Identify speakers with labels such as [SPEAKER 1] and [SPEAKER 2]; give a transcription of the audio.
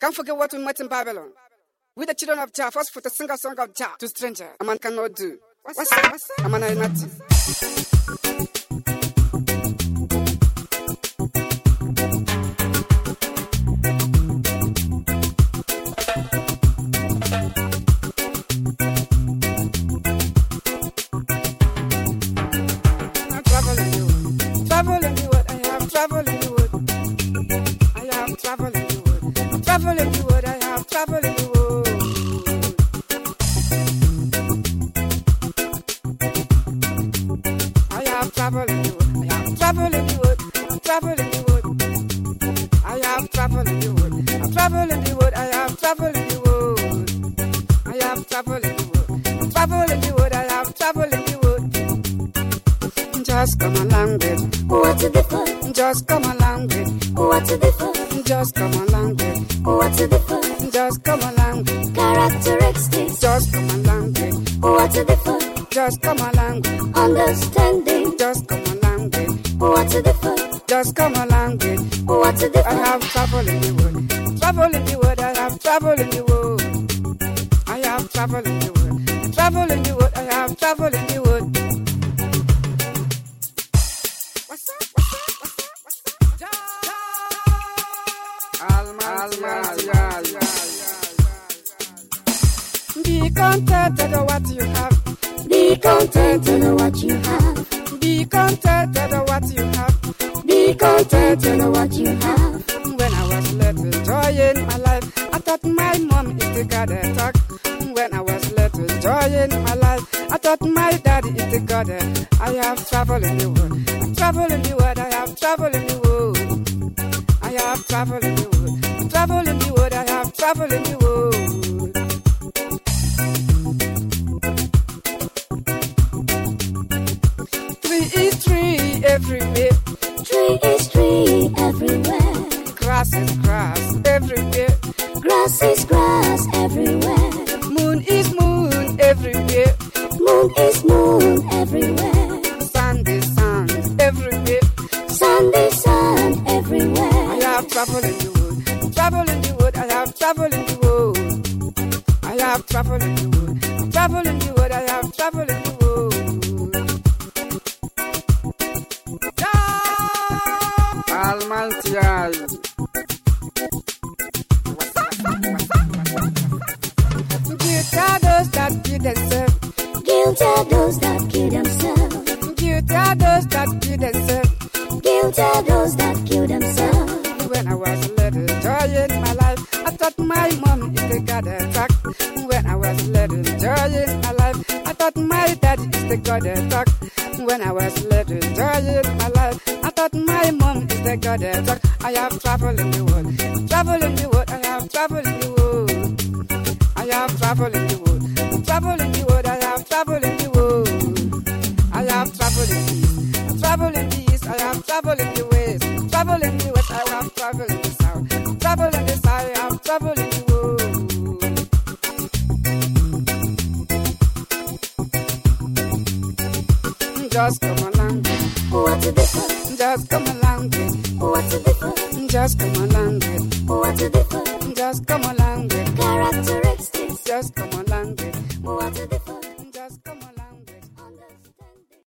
[SPEAKER 1] Can't forget what we met in Babylon. We the children of Jah first for to sing a song of Jah to stranger. A man cannot do. What's, what's, that? what's that? A man is not. I'm traveling the world. Traveling the world. I have traveling the world. I have traveling the world. I'm traveling the world. I have traveling the world. I have traveling the world. I have traveling the world. I'm traveling the world. I have traveling the world. I'm traveling the world. I have traveling the world. I have traveling the world. I'm traveling the world. I have traveling the world. Just come along with,
[SPEAKER 2] What to the fuck?
[SPEAKER 1] just come along with,
[SPEAKER 2] What to the fuck?
[SPEAKER 1] just come along with,
[SPEAKER 2] What to the fuck?
[SPEAKER 1] just come along with,
[SPEAKER 2] Characteristics.
[SPEAKER 1] just come along with,
[SPEAKER 2] What to the fuck?
[SPEAKER 1] just come along with,
[SPEAKER 2] Understanding.
[SPEAKER 1] just come along with,
[SPEAKER 2] What to the fuck?
[SPEAKER 1] just come along with.
[SPEAKER 2] What to the
[SPEAKER 1] I
[SPEAKER 2] fuck?
[SPEAKER 1] have travel in the world, travel in the world, I have travel in the world. I have travel in the world, travel in the world, I have travel in the world. What's up? What's up? What's up? What's up? Almighty, Almighty, Be contented with what you have.
[SPEAKER 2] Be contented with what you have.
[SPEAKER 1] Be contented with what you have.
[SPEAKER 2] Be contented with what you have.
[SPEAKER 1] When I was little, joy in my life, I thought my mom is the god I talk. When I was little, joy in my life, I thought my daddy is the god I- I have traveled in the world. I travel in the world. I have traveled in the world. I have traveled in the world. I travel in the world. I have traveled in the world. Three is three everywhere.
[SPEAKER 2] Tree is tree everywhere.
[SPEAKER 1] Grass is grass everywhere.
[SPEAKER 2] Grass is grass everywhere.
[SPEAKER 1] Moon is moon everywhere.
[SPEAKER 2] Moon is moon everywhere.
[SPEAKER 1] Sun is sun everywhere.
[SPEAKER 2] Sun is sun
[SPEAKER 1] I
[SPEAKER 2] everywhere.
[SPEAKER 1] have travel in the world. Travel in the world. I have travel in the world. I have travel in the world. Travel in the world. I have travel in the world. Yeah. Almighty Allah. Guilt are those that kill themselves.
[SPEAKER 2] Guilt are those that kill themselves.
[SPEAKER 1] Guilt are those that kill themselves.
[SPEAKER 2] Guilt are those that kill themselves.
[SPEAKER 1] When I was little, joy in my life, I thought my mom is the god attack. When I was little, joy in my life, I thought my dad is the god attack. When I was little, joy in my life, I thought my mom is the god attack. I have traveled in the world, traveled in the world, I have traveled in the world. I have traveled in the world, traveled in the world, I have traveled in the world. I have traveled in the east, traveled in the east, I have traveled in the west, traveled in the west, I have traveled in the south, traveled in the south, I have traveled in the world. Just come along,
[SPEAKER 2] What to the fuck?
[SPEAKER 1] just come along,
[SPEAKER 2] What to the fuck?
[SPEAKER 1] just come along,
[SPEAKER 2] What to the fuck?
[SPEAKER 1] just come along,
[SPEAKER 2] Characteristics.
[SPEAKER 1] just come along.
[SPEAKER 2] What to the fuck?